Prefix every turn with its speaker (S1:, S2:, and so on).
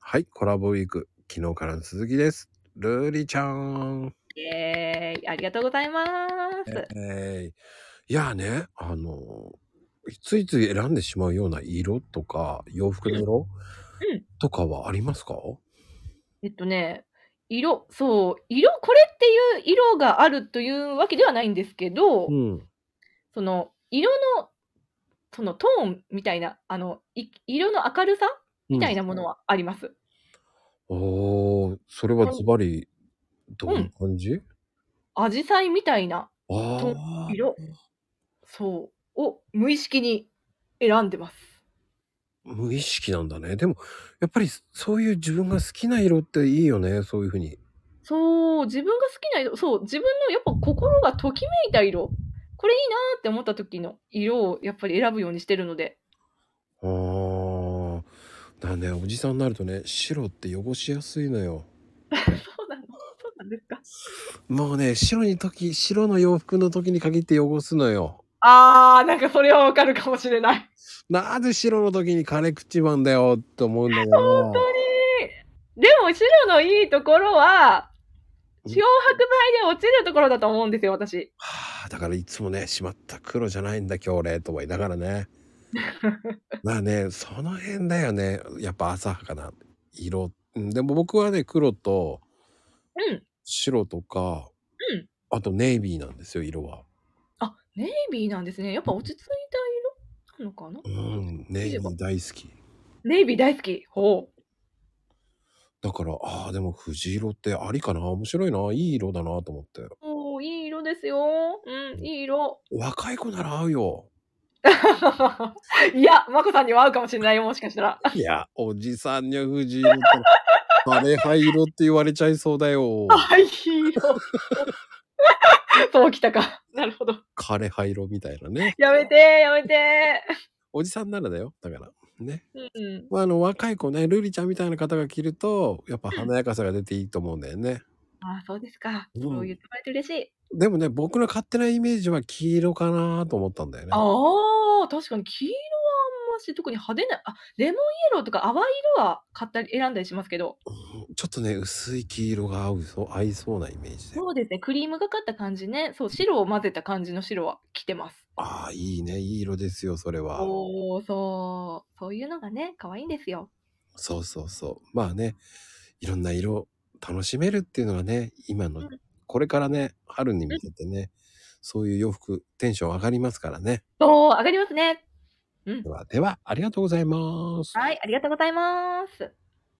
S1: はい、コラボウィーク、昨日からの続きです。ルーリちゃん。
S2: イエーイありがとうございます。
S1: えーいやね、あの、ついつい選んでしまうような色とか、洋服の色、
S2: うん
S1: とかはありますか
S2: えっとね、色、そう、色、これっていう色があるというわけではないんですけど、
S1: うん。
S2: その、色の、そのトーンみたいな、あの、い色の明るさみたいなものはあります。
S1: おー、それはズバリ、どんな感じ、
S2: 紫陽花みたいな
S1: ああ、
S2: 色、そう、を無意識に選んでます。
S1: 無意識なんだね。でも、やっぱりそういう自分が好きな色っていいよね、そういうふうに。
S2: そう、自分が好きな色、そう、自分のやっぱ心がときめいた色、これいいなーって思った時の色をやっぱり選ぶようにしてるので、
S1: あーだねおじさんになるとね白って汚しやすいのよ
S2: そうなのそうなんですか
S1: もうね白に時白の洋服の時に限って汚すのよ
S2: あー、なんかそれはわかるかもしれない。
S1: なぜ白の時に金口マンだよって思うんだけど
S2: でも白のいいところは、漂白剤で落ちるところだと思うんですよ、私。
S1: はあだからいつもねしまった黒じゃないんだ今日俺とは言いながら ねまあねその辺だよねやっぱ浅はかな色うんでも僕はね黒と
S2: うん。
S1: 白とか、
S2: うん
S1: あとネイビーなんですよ色は。
S2: あ、ネイビーなんですね。やっぱ落ち着いた色なのかな
S1: うん、ネイビー大好き。
S2: ネイビー大好き。ほう。
S1: だから、ああ、でも藤色ってありかな面白いな。いい色だなと思って。
S2: おーいい色ですよ。うん、いい色。
S1: 若い子なら合うよ。
S2: いや、まこさんには合うかもしれないよ、もしかしたら。
S1: いや、おじさんには藤色って、 枯灰色って言われちゃいそうだよ。
S2: はい、色。 そうきたか。なるほど。
S1: 枯灰色みたいなね。
S2: やめて、やめて。
S1: おじさんならだよ。だから。ね。
S2: うん。
S1: まあ、あの、若い子ね、ルリちゃんみたいな方が着ると、やっぱ華やかさが出ていいと思うんだよね。
S2: ああ、そうですか。
S1: うん
S2: そう言ってもらえて嬉しい。
S1: でもね、僕の勝手なイメージは黄色かなと思ったんだよね。
S2: ああ、確かに黄色はあんまし、特に派手な、あ、レモンイエローとか淡い色は買ったり、選んだりしますけど。
S1: うんちょっとね、薄い黄色が合うそう、合いそうなイメージで。
S2: そうですね。クリームがかった感じね。そう、白を混ぜた感じの白は着てます。
S1: ああ、いいね。いい色ですよ、それは。
S2: おお、そう。そういうのがね、可愛いんですよ。
S1: そうそうそう。まあね、いろんな色楽しめるっていうのがね、今の、
S2: うん
S1: これからね、春に向けてね、そういう洋服、テンション上がりますからね。
S2: そう、上がりますね。
S1: では、では、ありがとうございます。
S2: はい、ありがとうございます。